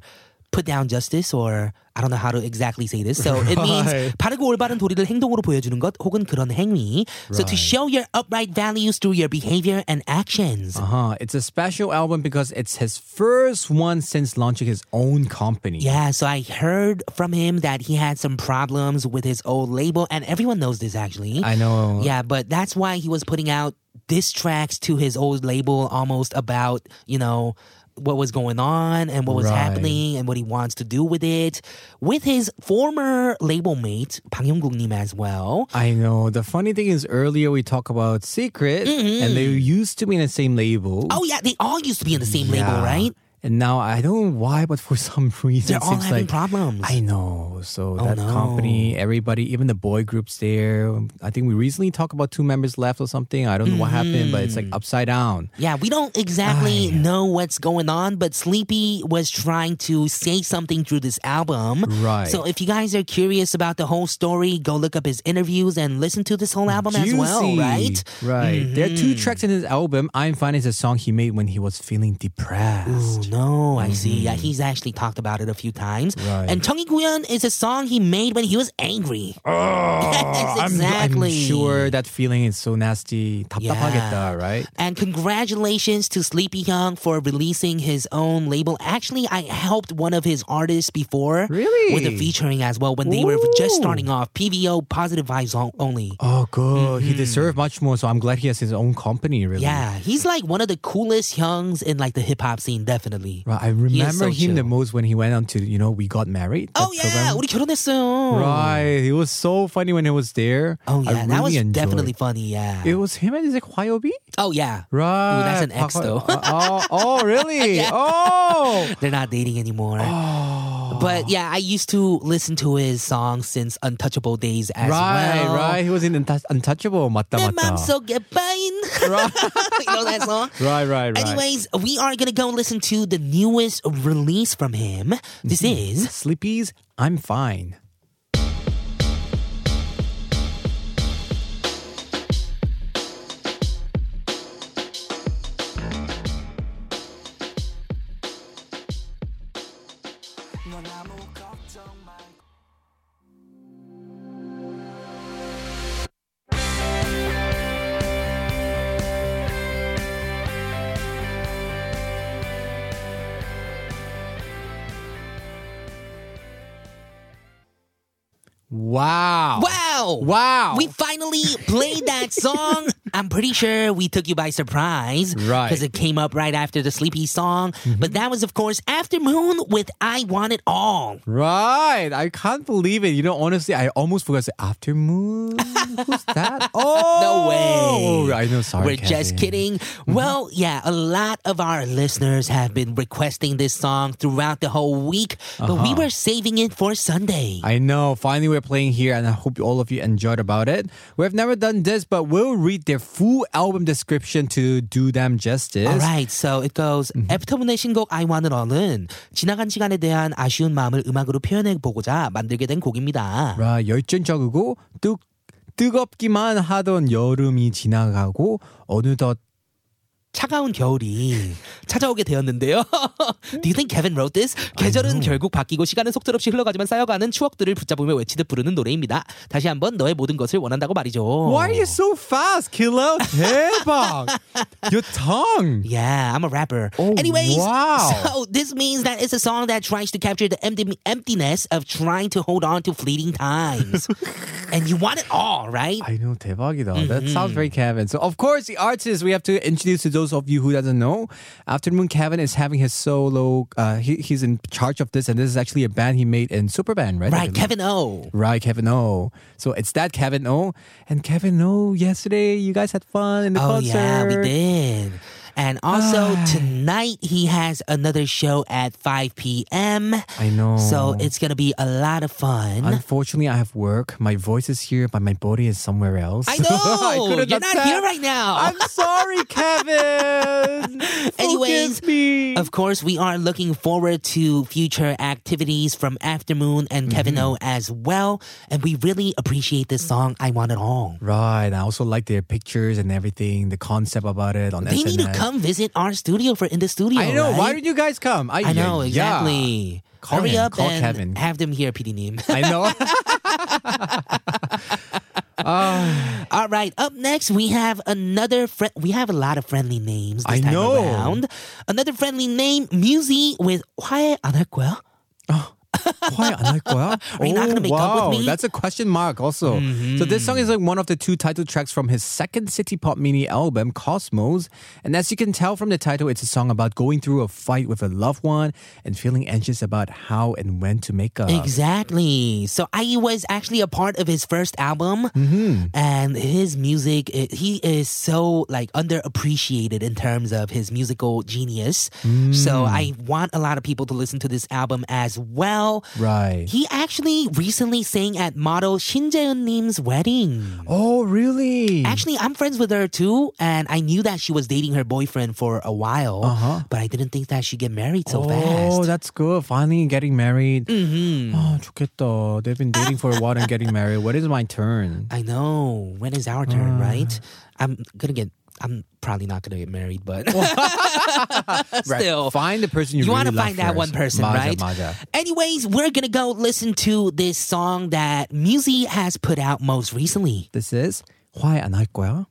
Speaker 1: put down justice or I don't know how to exactly say this. So it means
Speaker 2: Right.
Speaker 1: 바르고 올바른 도리를 행동으로 보여주는 것 혹은 그런 행위. So to show your upright values through your behavior and actions.
Speaker 2: Uh-huh. It's a special album because it's his first one since launching his own company.
Speaker 1: Yeah, so I heard from him that he had some problems with his old label, and everyone knows this actually.
Speaker 2: I know.
Speaker 1: yeah, but that's why he was putting out diss tracks to his old label almost about, you know, what was going on and what was
Speaker 2: Right.
Speaker 1: happening and what he wants to do with it with his former label mate, Bang Yonggung-nim as well.
Speaker 2: I know. The funny thing is, earlier we talk about
Speaker 1: Mm-hmm.
Speaker 2: Secret, and they used to be in the same label.
Speaker 1: Oh yeah, they Oh, all used to be in the same label,
Speaker 2: Yeah.
Speaker 1: right?
Speaker 2: And now I don't know why, but for some reason,
Speaker 1: They're
Speaker 2: it
Speaker 1: all
Speaker 2: seems
Speaker 1: having
Speaker 2: like
Speaker 1: problems.
Speaker 2: I know. So
Speaker 1: Oh,
Speaker 2: that
Speaker 1: no.
Speaker 2: company, everybody, even the boy groups there. I think we recently talked about two members left or something. I don't know what happened, but it's like
Speaker 1: Mm-hmm.
Speaker 2: upside down.
Speaker 1: Yeah, we don't exactly know what's going on, but Sleepy was trying to say something through this album.
Speaker 2: Right.
Speaker 1: So if you guys are curious about the whole story, go look up his interviews and listen to this whole album as well,
Speaker 2: Juicy.
Speaker 1: right? Oh, Mm-hmm.
Speaker 2: Right. There are two tracks in his album. I'm Fine is a song he made when he was feeling
Speaker 1: Oh
Speaker 2: depressed.
Speaker 1: no, I see. Yeah, he's actually talked about it a few times.
Speaker 2: Mm-hmm. Right.
Speaker 1: And Chungi Guyan is a song he made when he was angry. yes,
Speaker 2: Oh, I'm-
Speaker 1: exactly.
Speaker 2: I'm, sure that feeling is so nasty. 답답하겠다, right?
Speaker 1: And congratulations to Sleepy Young for releasing his own label. Actually, I helped one of his artists before.
Speaker 2: Really?
Speaker 1: With the featuring as well when they were just
Speaker 2: Ooh.
Speaker 1: starting off. PVO, Positive Vibes on- Only.
Speaker 2: Oh, good. He deserved much more. So I'm glad he has his own company, really.
Speaker 1: Mm-hmm. Yeah, he's like one of the coolest Youngs in like the hip hop scene, definitely.
Speaker 2: Right, I
Speaker 1: He
Speaker 2: remember
Speaker 1: is so
Speaker 2: him the
Speaker 1: chill.
Speaker 2: most when he went on to, you know, We Got Married. that
Speaker 1: Oh yeah,
Speaker 2: program.
Speaker 1: 우리 결혼했어요.
Speaker 2: Right. It was so funny when he was there.
Speaker 1: Oh yeah,
Speaker 2: I really
Speaker 1: that was
Speaker 2: enjoyed.
Speaker 1: definitely funny. Yeah.
Speaker 2: It was him and is it Hwayobi?
Speaker 1: oh yeah.
Speaker 2: Right.
Speaker 1: that's an ex,
Speaker 2: Park-
Speaker 1: though.
Speaker 2: oh, oh, really? Oh.
Speaker 1: They're not dating anymore.
Speaker 2: Oh.
Speaker 1: But yeah, I used to listen to his songs since Untouchable Days as
Speaker 2: right,
Speaker 1: well.
Speaker 2: right. He was in Untouch- Untouchable. 맞다,
Speaker 1: 내
Speaker 2: 맞다.
Speaker 1: 맘속에 빠인. you know that song?
Speaker 2: right, right, right.
Speaker 1: Anyways, we are gonna go listen to the newest release from him. This
Speaker 2: Mm-hmm.
Speaker 1: is
Speaker 2: Sleepies, I'm fine.
Speaker 3: 넌 아무 걱정 말고
Speaker 2: Wow.
Speaker 1: Wow!
Speaker 2: Wow.
Speaker 1: We finally played that song. I'm pretty sure we took you by surprise.
Speaker 2: Right. Mm-hmm.
Speaker 1: Because it came up right after the Sleepy song. But that was, of course, After Moon with I Want It All.
Speaker 2: Right. I can't believe it. You know, honestly, I almost forgot to say after moon. Who's that?
Speaker 1: No
Speaker 2: Oh
Speaker 1: way.
Speaker 2: I know, sorry. Mm-hmm.
Speaker 1: We're just
Speaker 2: Kevin.
Speaker 1: kidding. Well, yeah, a lot of our listeners have been requesting this song throughout the whole week, but we were saving it for Sunday.
Speaker 2: Uh-huh. I know. Finally, we're playing here, and I hope all of you enjoyed about it. We've never done this, but we'll read their full album description to do them justice.
Speaker 1: All right, so it goes.
Speaker 2: Mm-hmm.
Speaker 1: 애프터문의 신곡 I Want It All은 지나간 시간에 대한 아쉬운 마음을 음악으로 표현해 보고자 만들게 된 곡입니다.
Speaker 2: 라, 열정적이고 뜨, 뜨겁기만 하던 여름이 지나가고 어느덧
Speaker 1: 차가운 겨울이 찾아오게 되었는데요. Do you think Kevin wrote this? 계절은 결국 바뀌고 시간은 속절없이 흘러가지만 쌓여가는 추억들을 붙잡으며 외치듯 부르는 노래입니다. 다시 한번 너의 모든 것을 원한다고 말이죠.
Speaker 2: Why are you so fast, Kilo? 대박! Your tongue.
Speaker 1: Yeah, I'm a rapper.
Speaker 2: Oh,
Speaker 1: Anyways,
Speaker 2: wow.
Speaker 1: so this means that it's a song that tries to capture the empty, emptiness of trying to hold on to fleeting times. and you want it all, right?
Speaker 2: I know, 대박이다. That
Speaker 1: Mm-hmm.
Speaker 2: sounds very Kevin. So, of course, the artist we have to introduce to those of you who doesn't know. Afternoon Kevin is having his solo. Uh, he, he's in charge of this, and this is actually a band he made in Superband, right?
Speaker 1: right, Kevin O.
Speaker 2: Right, Kevin O. So it's that Kevin O. And Kevin O. Yesterday, you guys had fun in the
Speaker 1: Oh,
Speaker 2: concert.
Speaker 1: yeah, we did. And also tonight he has another show at 5 p.m.
Speaker 2: I know.
Speaker 1: So it's gonna be a lot of fun.
Speaker 2: Unfortunately, I have work. My voice is here, but my body is somewhere else.
Speaker 1: I know.
Speaker 2: couldn't
Speaker 1: You're not
Speaker 2: accept.
Speaker 1: here right now.
Speaker 2: I'm sorry, Kevin.
Speaker 1: Anyways,
Speaker 2: Forgive me.
Speaker 1: Of course, we are looking forward to future activities from Aftermoon and Kevin O
Speaker 2: Mm-hmm.
Speaker 1: as well. And we really appreciate this song, I Want It All.
Speaker 2: Right. I also like their pictures and everything, the concept about it on
Speaker 1: They
Speaker 2: SNS.
Speaker 1: need to come visit our studio for in the studio.
Speaker 2: I know. Why
Speaker 1: right?
Speaker 2: did you guys come?
Speaker 1: I know,
Speaker 2: yeah.
Speaker 1: exactly.
Speaker 2: Call
Speaker 1: Hurry
Speaker 2: him.
Speaker 1: up
Speaker 2: Call
Speaker 1: and
Speaker 2: Kevin.
Speaker 1: have them here, PD Neem.
Speaker 2: I know.
Speaker 1: All right, up next we have another friend. We have a lot of friendly names this
Speaker 2: I
Speaker 1: time
Speaker 2: know. Uh,
Speaker 1: around. Another friendly name, Musi with 화해 안할 거야?
Speaker 2: Why 안할 거야?
Speaker 1: Are you not gonna
Speaker 2: Oh,
Speaker 1: make up with
Speaker 2: wow.
Speaker 1: me?
Speaker 2: That's a question mark also. So this song is like one of the two title tracks from his second City Pop mini album, Cosmos. And as you can tell from the title, it's a song about going through a fight with a loved one and feeling anxious about how and when to make up.
Speaker 1: Exactly. So I was actually a part of his first album,
Speaker 2: Mm-hmm.
Speaker 1: and his music. i- He is so like underappreciated in terms of his musical genius.
Speaker 2: Mm.
Speaker 1: So I want a lot of people to listen to this album as well.
Speaker 2: Right.
Speaker 1: He actually recently sang at model Shin Jaeun Nim's wedding.
Speaker 2: Oh, really?
Speaker 1: Actually, I'm friends with her too, and I knew that she was dating her boyfriend for a while, but I didn't think that she'd get married so fast.
Speaker 2: Uh-huh. Oh, that's good. Finally getting married. Mm-hmm. Oh, 좋겠다. They've been dating for a while and getting married. What is my turn?
Speaker 1: I know. When is our
Speaker 2: Mm.
Speaker 1: turn, right? I'm gonna get. I'm probably not gonna get married, but still.
Speaker 2: Find the person you,
Speaker 1: You
Speaker 2: really
Speaker 1: want to
Speaker 2: love
Speaker 1: find that one
Speaker 2: first.
Speaker 1: person,
Speaker 2: 맞아,
Speaker 1: right?
Speaker 2: 맞아.
Speaker 1: Anyways, we're gonna go listen to this song that Musi has put out most recently.
Speaker 2: This is why 안할 거야?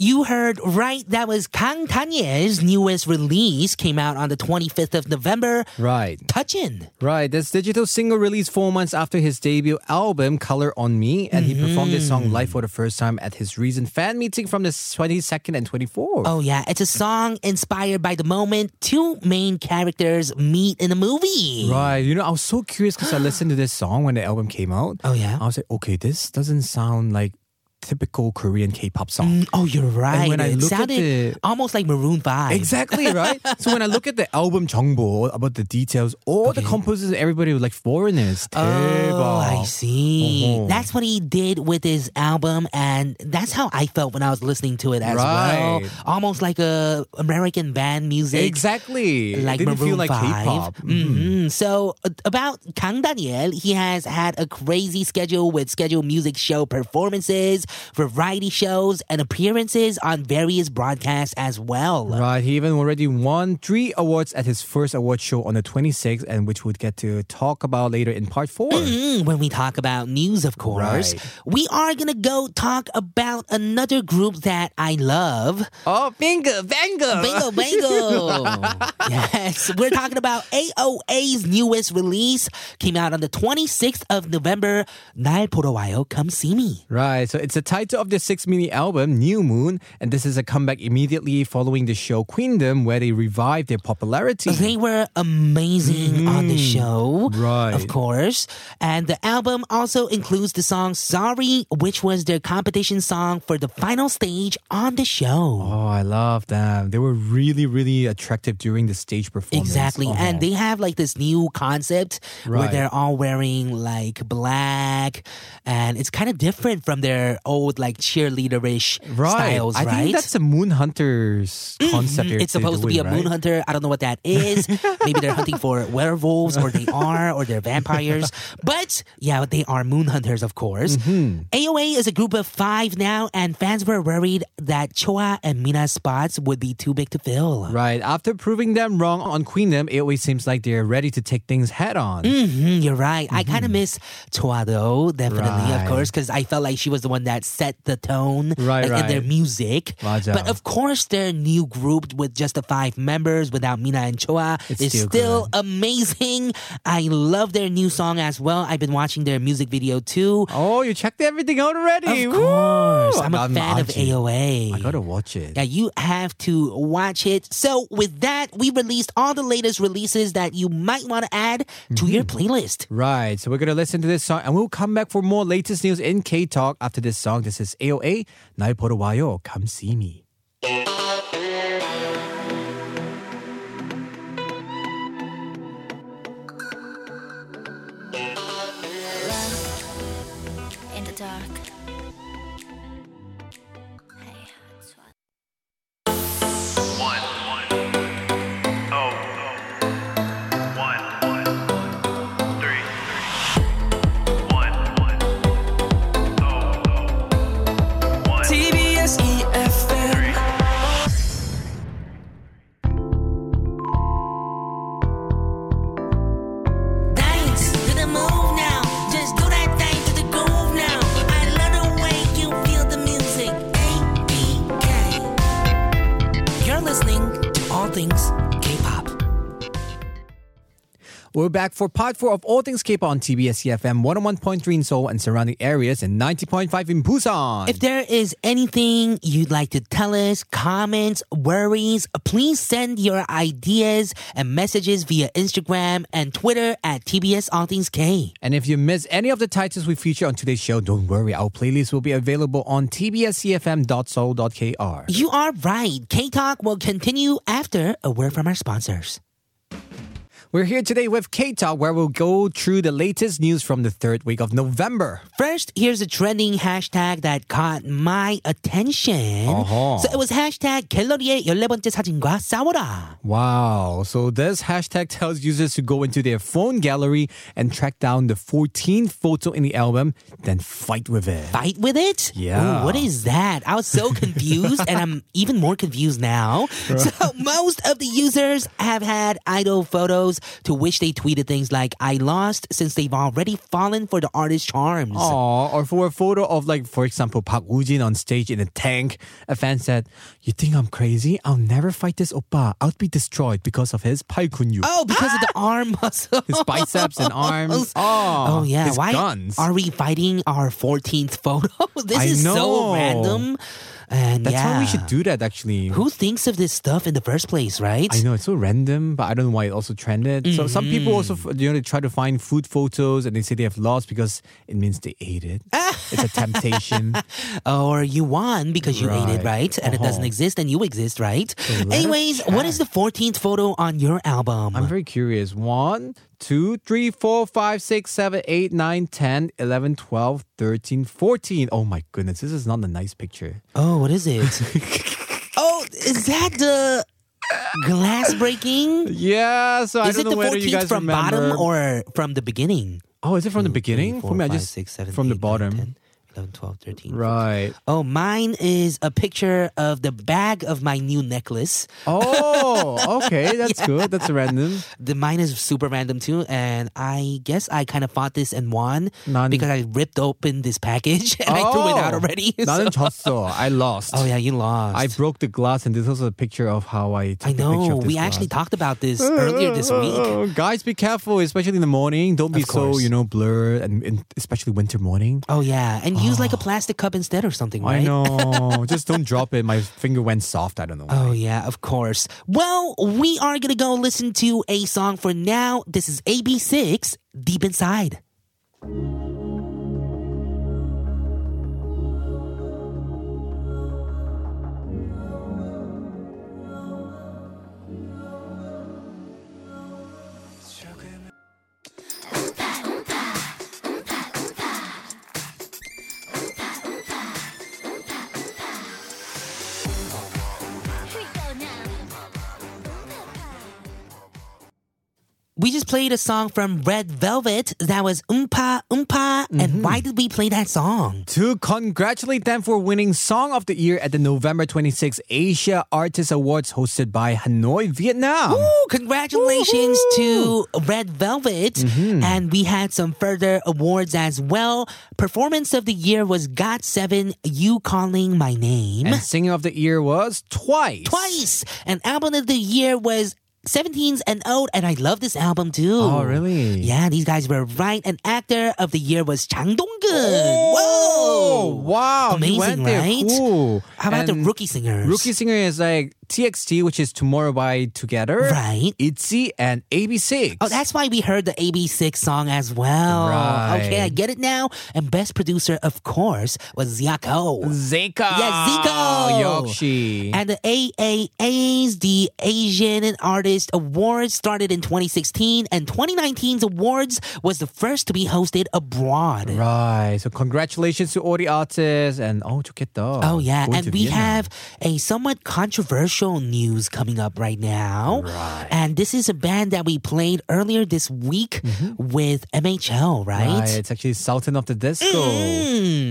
Speaker 1: You heard right. That was Kang Tanye's newest release. Came out on the 25th of November.
Speaker 2: Right.
Speaker 1: Touchin.
Speaker 2: Right, this digital single released four months after his debut album, Color on Me, and he performed this
Speaker 1: Mm-hmm.
Speaker 2: song live for the first time at his recent fan meeting from the 22nd and 24th.
Speaker 1: Oh yeah, it's a song inspired by the moment two main characters meet in a movie.
Speaker 2: Right, you know, I was so curious because I listened to this song when the album came out.
Speaker 1: Oh, yeah?
Speaker 2: I was like, okay, this doesn't sound like typical Korean K pop song.
Speaker 1: Oh, you're right.
Speaker 2: when I
Speaker 1: it
Speaker 2: look at
Speaker 1: sounded
Speaker 2: the-
Speaker 1: almost like Maroon Five.
Speaker 2: Exactly, right? so when I look at the album 정보, about the details, all the composers and everybody were like foreigners.
Speaker 1: Oh, I
Speaker 2: 대박.
Speaker 1: see.
Speaker 2: Uh-huh.
Speaker 1: That's what he did with his album, and that's how I felt when I was listening to it as well.
Speaker 2: Right.
Speaker 1: Almost like a American band music.
Speaker 2: Exactly. It
Speaker 1: Like
Speaker 2: didn't
Speaker 1: Maroon
Speaker 2: feel like
Speaker 1: 5.
Speaker 2: Mm-hmm. K-pop. Mm.
Speaker 1: Mhm. So uh, about Kang Daniel, he has had a crazy schedule with scheduled music show performances, variety shows, and appearances on various broadcasts as well.
Speaker 2: Right, he even already won three awards at his first award show on the 26th, and which we'll get to talk about later in part 4
Speaker 1: Mm, when we talk about news, of course,
Speaker 2: Right.
Speaker 1: we are going to go talk about another group that I love.
Speaker 2: Oh, bingo, bingo!
Speaker 1: Bingo, bingo. yes, we're talking about AOA's newest release. Came out on the 26th of November. 날 보러 와요. Come see me.
Speaker 2: Right, so it's the title of the sixth mini album, New Moon, and this is a comeback immediately following the show Queendom, where they revived their popularity.
Speaker 1: They were amazing on the show.
Speaker 2: Mm-hmm. Right.
Speaker 1: Of course. And the album also includes the song Sorry, which was their competition song for the final stage on the show.
Speaker 2: Oh, I love them. They were really, really attractive during the stage performance.
Speaker 1: Exactly.
Speaker 2: Oh.
Speaker 1: And they have like this new concept where
Speaker 2: Right.
Speaker 1: they're all wearing like black and it's kind of different from their old like cheerleaderish
Speaker 2: right.
Speaker 1: styles,
Speaker 2: I
Speaker 1: right? Mm-hmm,
Speaker 2: think that's a Moon Hunters concept. they're-
Speaker 1: it's
Speaker 2: they're
Speaker 1: supposed to be a
Speaker 2: doing, right?
Speaker 1: moon hunter. I don't know what that is. Maybe they're hunting for werewolves, or they are, or they're vampires. But yeah, they are moon hunters, of course. AOA is a group of five now, and fans were worried that Choa and Mina's spots would be too big to fill.
Speaker 2: Right. After proving them wrong on Queendom, it always seems like they're ready to take things head on.
Speaker 1: Mm, you're right. I kind of miss Toa though, definitely, of
Speaker 2: Mm-hmm. Right.
Speaker 1: course, because I felt like she was the one that set the tone
Speaker 2: Right,
Speaker 1: like, in their
Speaker 2: right.
Speaker 1: music.
Speaker 2: 맞아.
Speaker 1: But of course, their new group with just the five members without Mina and Choa
Speaker 2: It's
Speaker 1: is
Speaker 2: still
Speaker 1: still amazing. I love their new song as well. I've been watching their music video too.
Speaker 2: Oh, you checked everything out already.
Speaker 1: Of
Speaker 2: Woo!
Speaker 1: course, I'm a fan of
Speaker 2: actually-
Speaker 1: AOA.
Speaker 2: I gotta watch it.
Speaker 1: Yeah, you have to watch it. So, with that, we released all the latest releases that you might want to add to
Speaker 2: Mm-hmm.
Speaker 1: your playlist.
Speaker 2: Right, so we're gonna listen to this song and we'll come back for more latest news in K Talk after this song. This is AOA, 날 보러 와요. Come see me.
Speaker 4: In the dark. Hey, it's one.
Speaker 6: TBS EFM move now. Just do that thing to the groove now. I love the way you feel the music. APK. You're listening to all things K-pop.
Speaker 2: We're back for part four of all things K-pop on TBS EFM 101.3 in Seoul and surrounding areas and 90.5 in Busan.
Speaker 1: If there is anything you'd like to tell us, comments, worries, please send your ideas and messages via Instagram and Twitter at TBS All Things K.
Speaker 2: and if you miss any of the titles we feature on today's show, don't worry. Our playlist will be available on E tbscfm.soul.kr.
Speaker 1: You are right. K Talk will continue after a word from our sponsors.
Speaker 2: We're here today with K-Talk where we'll go through the latest news from the third week of November.
Speaker 1: First, here's a trending hashtag that caught my attention.
Speaker 2: 어허.
Speaker 1: So it was hashtag 갤러리의 14번째 사진과 싸워라.
Speaker 2: Wow. So this hashtag tells users to go into their phone gallery and track down the 14th photo in the album, then fight with it.
Speaker 1: Fight with it?
Speaker 2: Yeah.
Speaker 1: Ooh, what is that? I was so confused, and I'm even more confused now. So, most of the users have had idol photos to which they tweeted things like, I lost, since they've already fallen for the artist's charms.
Speaker 2: Aw, or for a photo of like, for example, Park Woojin on stage in a tank, a fan said, "You think I'm crazy? I'll never fight this oppa. I'll be destroyed because of his palkunyu,
Speaker 1: Oh, because of the arm muscle.
Speaker 2: his biceps and arms.
Speaker 1: Oh, yeah.
Speaker 2: Uh, his
Speaker 1: Why
Speaker 2: guns?
Speaker 1: are we fighting our 14th photo? this
Speaker 2: I
Speaker 1: is so
Speaker 2: know.
Speaker 1: random. And
Speaker 2: That's
Speaker 1: yeah.
Speaker 2: why we should do that. Actually,
Speaker 1: Who thinks of this stuff in the first place, right?
Speaker 2: I know it's so random, but I don't know why it also trended. So some people also,
Speaker 1: Mm.
Speaker 2: f- you know, they try to find food photos and they say they have lost because it means they ate it. it's a temptation.
Speaker 1: Oh, Or you won because you ate it,
Speaker 2: Right.
Speaker 1: right? And it doesn't
Speaker 2: Uh-huh.
Speaker 1: exist and you exist, right?
Speaker 2: let us
Speaker 1: Anyways, what is the 14th photo on your album?
Speaker 2: I'm very curious. One, two, three, four, five, six, seven, eight, nine, 10, 11, 12, 13, 14. Oh my goodness, this is not a nice picture.
Speaker 1: oh, what is it? oh, is that the glass breaking?
Speaker 2: Yeah, so I
Speaker 1: Is
Speaker 2: don't
Speaker 1: it the
Speaker 2: know whether you
Speaker 1: 14th
Speaker 2: guys
Speaker 1: from
Speaker 2: remember.
Speaker 1: bottom or from the beginning?
Speaker 2: oh, is it from the beginning?
Speaker 1: Four,
Speaker 2: For me, I
Speaker 1: five,
Speaker 2: just
Speaker 1: six, seven,
Speaker 2: from the
Speaker 1: eight, nine,
Speaker 2: bottom.
Speaker 1: 10, 11, 12, 13, 14.
Speaker 2: Right.
Speaker 1: Oh, mine is a picture of the bag of my new necklace.
Speaker 2: Oh, okay, that's good. That's random.
Speaker 1: The mine is super random too, and I guess I kind of fought this and won
Speaker 2: None-
Speaker 1: because I ripped open this package and I threw it out
Speaker 2: Oh,
Speaker 1: already. so-
Speaker 2: 나는 졌어. I lost.
Speaker 1: oh yeah, you lost.
Speaker 2: I broke the glass, and this was a picture of how I took
Speaker 1: I
Speaker 2: the picture
Speaker 1: know.
Speaker 2: of
Speaker 1: We
Speaker 2: this
Speaker 1: actually
Speaker 2: glass.
Speaker 1: talked about this earlier this week.
Speaker 2: Oh, guys, be careful, especially in the morning. Don't be
Speaker 1: Of
Speaker 2: so
Speaker 1: course.
Speaker 2: you know blurred, and, and especially winter morning.
Speaker 1: Oh yeah, and use like a plastic cup instead or something, right?
Speaker 2: I know. Just don't drop it. My finger went soft. I don't know. why.
Speaker 1: Oh yeah, of course. Well, we are gonna go listen to a song for now. This is AB6, Deep Inside. We just played a song from Red Velvet that was Oompa Oompa.
Speaker 2: Mm-hmm.
Speaker 1: And why did we play that song?
Speaker 2: To congratulate them for winning Song of the Year at the November 26 Asia Artist Awards hosted by Hanoi, Vietnam.
Speaker 1: Ooh, congratulations to Red Velvet.
Speaker 2: Mm-hmm.
Speaker 1: And we had some further awards as well. Performance of the year was God Seven, You Calling My Name.
Speaker 2: And Singer of the Year was Twice.
Speaker 1: Twice. And album of the year was 17s and Out. And I love this album too.
Speaker 2: Oh, really?
Speaker 1: Yeah, these guys were right. And actor of the year was Chang Dong-gun. Whoa.
Speaker 2: Oh, wow. he went
Speaker 1: Amazing,
Speaker 2: there.
Speaker 1: right?
Speaker 2: Cool.
Speaker 1: How about
Speaker 2: And
Speaker 1: the rookie singers?
Speaker 2: Rookie singer is like TXT, which is Tomorrow by Together,
Speaker 1: Right.
Speaker 2: ITZY and AB6.
Speaker 1: Oh, that's why we heard the AB6 song as well.
Speaker 2: Right.
Speaker 1: Okay, I get it now. And best producer, of course, was Zico.
Speaker 2: Zico.
Speaker 1: Yeah, Zico.
Speaker 2: Yokshi.
Speaker 1: And the AAAs, the Asian Artist Awards, started in 2016, and 2019's awards was the first to be hosted abroad.
Speaker 2: Right. So congratulations to all the artists and oh, 좋겠다.
Speaker 1: Oh yeah,
Speaker 2: Going
Speaker 1: and
Speaker 2: to
Speaker 1: we
Speaker 2: Vietnam.
Speaker 1: have a somewhat social news coming up right now. And this is a band that we played earlier this week with MHL, right?
Speaker 2: Mm-hmm.
Speaker 1: Mm.
Speaker 2: Right, it's actually Sultan of the Disco.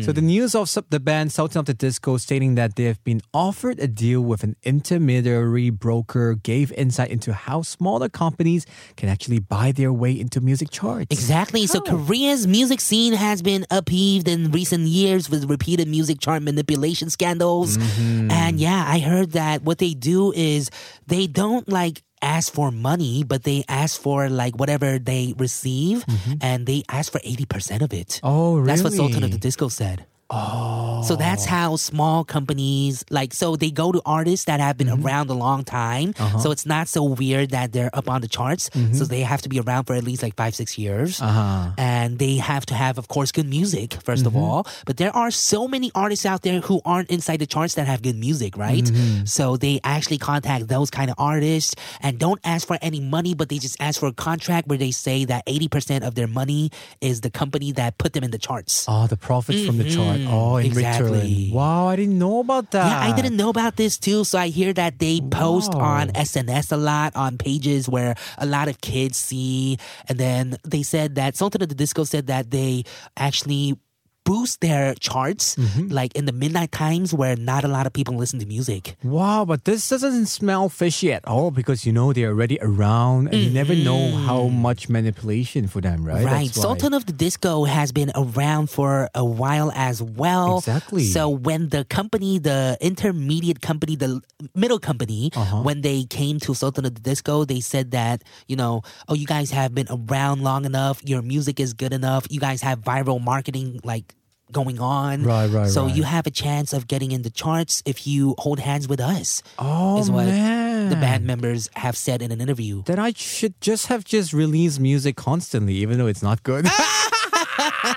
Speaker 2: So the news of sub- the band Sultan of the Disco stating that they have been offered a deal with an intermediary broker gave insight into how smaller companies can actually buy their way into music charts.
Speaker 1: Exactly. So Korea's music scene has been upheaved in recent years with repeated music chart manipulation scandals. And yeah, I heard that what they do is they don't like ask for money, but they ask for like whatever they receive and they ask for 80% of it.
Speaker 2: Oh,
Speaker 1: That's what Sultan of
Speaker 2: really?
Speaker 1: the Disco said. Oh. So that's how small companies like so they go to artists that have
Speaker 2: Mm-hmm.
Speaker 1: been around a long time.
Speaker 2: Uh-huh.
Speaker 1: So it's not so weird that they're up on the charts. So they have to be around for at least like 5 6 years.
Speaker 2: Mm-hmm. Uh-huh.
Speaker 1: And they have to have of course good music 1st of all, but there are so many artists out there who aren't inside the charts that have good music, right? So they actually contact those kind of artists and don't ask for any money, but they just ask for a contract where they say that 80% of their money is the company that put them in the charts.
Speaker 2: Oh, the profits from the chart. Oh, in
Speaker 1: Mm-hmm. Exactly.
Speaker 2: return. Wow, I didn't know about that.
Speaker 1: Yeah, I didn't know about this too. So I hear that they post on SNS a lot on pages where a lot of kids see. And then they said that Sultan of the Disco said that they actually boost their charts like in the midnight times where not a lot of people listen to music.
Speaker 2: Wow, but this doesn't smell fishy at all because you know they're already around and you never know how much manipulation for them, right?
Speaker 1: Mm-hmm. Right.
Speaker 2: That's why-
Speaker 1: Sultan of the Disco has been around for a while as well.
Speaker 2: Exactly.
Speaker 1: So when the company, the intermediate company, the middle company,
Speaker 2: Uh-huh.
Speaker 1: when they came to Sultan of the Disco, they said that, you know, oh, you guys have been around long enough. Your music is good enough. You guys have viral marketing, like, going on
Speaker 2: Right, right,
Speaker 1: so
Speaker 2: right.
Speaker 1: you have a chance of getting in the charts if you hold hands with us
Speaker 2: Oh,
Speaker 1: is what
Speaker 2: man.
Speaker 1: the band members have said in an interview
Speaker 2: Then I should just have just released music constantly, even though it's not good. Uh,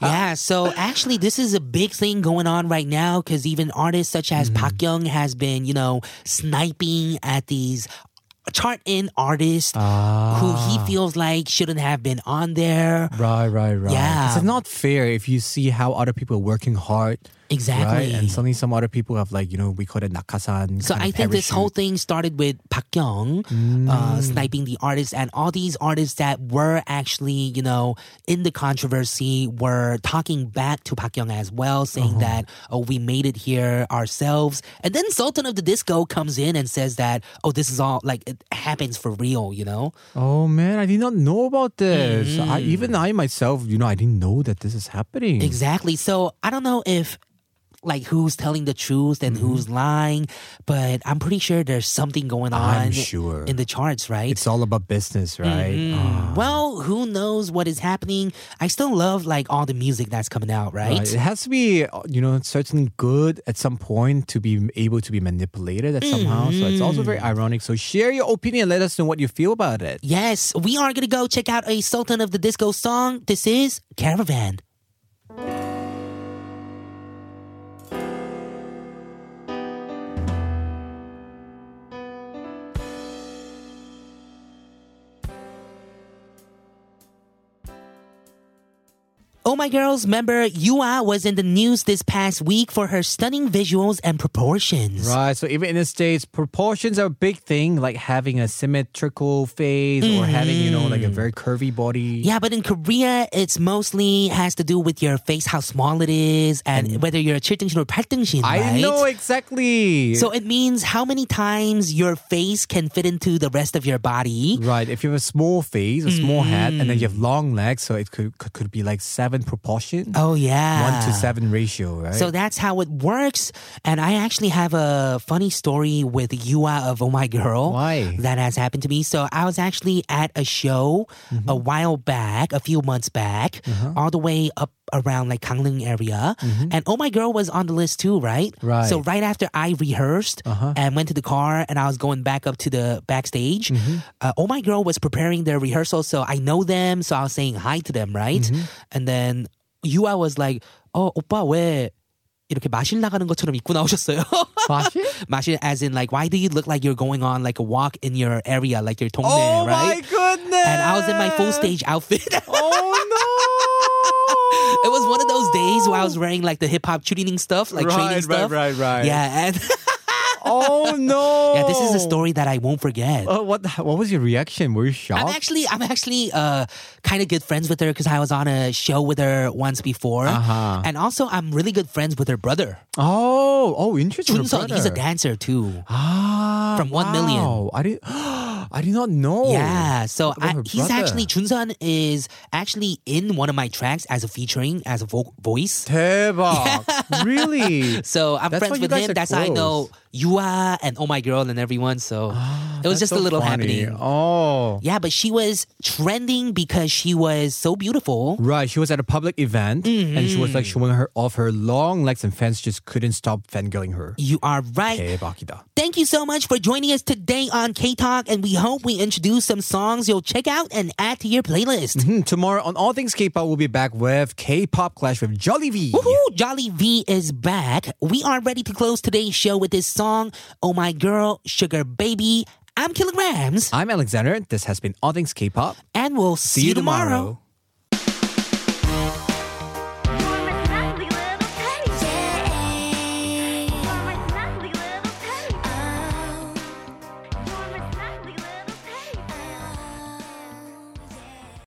Speaker 1: Yeah, so actually, this is a big thing going on right now because even artists such as
Speaker 2: Mm-hmm.
Speaker 1: Park Young has been, you know, sniping at these chart in artists who he feels like shouldn't have been on there.
Speaker 2: Ah. right, right, right.
Speaker 1: Yeah.
Speaker 2: It's not fair if you see how other people are working hard.
Speaker 1: Exactly.
Speaker 2: Right? And suddenly some other people have like, you know, we call it nakasan.
Speaker 1: So
Speaker 2: kind
Speaker 1: I
Speaker 2: of
Speaker 1: think this
Speaker 2: parachute. Mm.
Speaker 1: whole thing started with Park Young uh, sniping the artists, and all these artists that were actually, you know, in the controversy were talking back to Park Young as well, saying
Speaker 2: Uh-huh.
Speaker 1: that oh, we made it here ourselves. And then Sultan of the Disco comes in and says that oh, this is all like it happens for real, you know?
Speaker 2: Oh man, I did not know about this.
Speaker 1: Mm-hmm.
Speaker 2: I, even I myself, you know, I didn't know that this is happening.
Speaker 1: Exactly. So I don't know if like who's telling the truth and
Speaker 2: Mm-hmm.
Speaker 1: who's lying, but I'm pretty sure there's something going on
Speaker 2: I'm sure.
Speaker 1: in the charts, right?
Speaker 2: It's all about business, right?
Speaker 1: Mm-hmm.
Speaker 2: Ah.
Speaker 1: Mm. Well, who knows what is happening? I still love like all the music that's coming out, right?
Speaker 2: Right. It has to be, uh, you know, certainly good at some point to be able to be manipulated at somehow. So
Speaker 1: Mm-hmm.
Speaker 2: it's also very ironic. So share your opinion. Let us know what you feel about it.
Speaker 1: Yes, we are gonna go check out a Sultan of the Disco song. This is Caravan. Oh My Girls member Yua was in the news this past week for her stunning visuals and proportions.
Speaker 2: Right. So even in the States, proportions are a big thing, like having a symmetrical face or having, you know, like a very curvy body.
Speaker 1: Mm-hmm. Yeah, but in Korea, it's mostly has to do with your face, how small it is, and whether you're a chirtungshin or 팔등신,
Speaker 2: Mm. I
Speaker 1: right?
Speaker 2: know exactly.
Speaker 1: So it means how many times your face can fit into the rest of your body.
Speaker 2: Right. If you have a small face, a small head, and then you have long legs, so it could could, could be like seven proportion,
Speaker 1: Mm. Oh yeah,
Speaker 2: one to seven ratio, right?
Speaker 1: So that's how it works. And I actually have a funny story with Yua of Oh My Girl.
Speaker 2: Why?
Speaker 1: That has happened to me. So I was actually at a show a while back, a few months back, all the way up around like Gangneung area. And Oh My Girl was on the list too, right?
Speaker 2: Right.
Speaker 1: So right after I rehearsed and went to the car and I was going back up to the backstage, uh, Oh My Girl was preparing their rehearsal. So I know them. So I was saying hi to them, right? And then Yua was like, "Oh, 어, 오빠 왜 이렇게 마실 나가는 것처럼 입고 나오셨어요?
Speaker 2: Fashion?
Speaker 1: 마실 as in like, why do you look like you're going on like a walk in your area, like your 동네,
Speaker 2: Oh my
Speaker 1: right?
Speaker 2: goodness!
Speaker 1: And I was in my full stage outfit. it
Speaker 2: Oh no!
Speaker 1: was one of those days where I was wearing like the hip hop tuning stuff, like
Speaker 2: Right,
Speaker 1: training
Speaker 2: right,
Speaker 1: stuff.
Speaker 2: right, right.
Speaker 1: Yeah, and
Speaker 2: oh no!
Speaker 1: Yeah, this is a story that I won't forget.
Speaker 2: Uh, what What was your reaction? Were you shocked?
Speaker 1: I'm actually, I'm actually uh, kind of good friends with her because I was on a show with her once before,
Speaker 2: Uh-huh.
Speaker 1: and also I'm really good friends with her brother,
Speaker 2: oh, oh, interesting. her
Speaker 1: Chunseon. He's a
Speaker 2: brother.
Speaker 1: dancer too.
Speaker 2: Ah,
Speaker 1: From 1 million.
Speaker 2: wow. I didn't. I did not know.
Speaker 1: yeah, so
Speaker 2: What about
Speaker 1: I,
Speaker 2: Oh, her
Speaker 1: he's
Speaker 2: brother?
Speaker 1: actually Chunseon is actually in one of my tracks as a featuring as a vo- voice.
Speaker 2: 대박. really?
Speaker 1: So I'm
Speaker 2: That's why
Speaker 1: friends
Speaker 2: you
Speaker 1: with
Speaker 2: guys
Speaker 1: him.
Speaker 2: are
Speaker 1: That's how I know Yua and Oh My Girl and everyone. So it was
Speaker 2: Ah, That's
Speaker 1: just a
Speaker 2: so
Speaker 1: little
Speaker 2: funny.
Speaker 1: happening.
Speaker 2: Oh.
Speaker 1: Yeah, but she was trending because she was so beautiful.
Speaker 2: Right, she was at a public event and she was like
Speaker 1: Mm-hmm.
Speaker 2: showing her off her long legs, and fans just couldn't stop fangirling her.
Speaker 1: You are right.
Speaker 2: 대박이다.
Speaker 1: Thank you so much for joining us today on K Talk, and we hope we introduce some songs you'll check out and add to your playlist.
Speaker 2: Hmm, Tomorrow on All Things K-pop, we'll be back with K-pop Clash with Jolly V.
Speaker 1: Woohoo! Jolly V is back. We are ready to close today's show with this song, Oh My Girl, Sugar Baby. I'm Kilograms,
Speaker 2: I'm Alexander. This has been All Things K-pop.
Speaker 1: and we'll see, you tomorrow.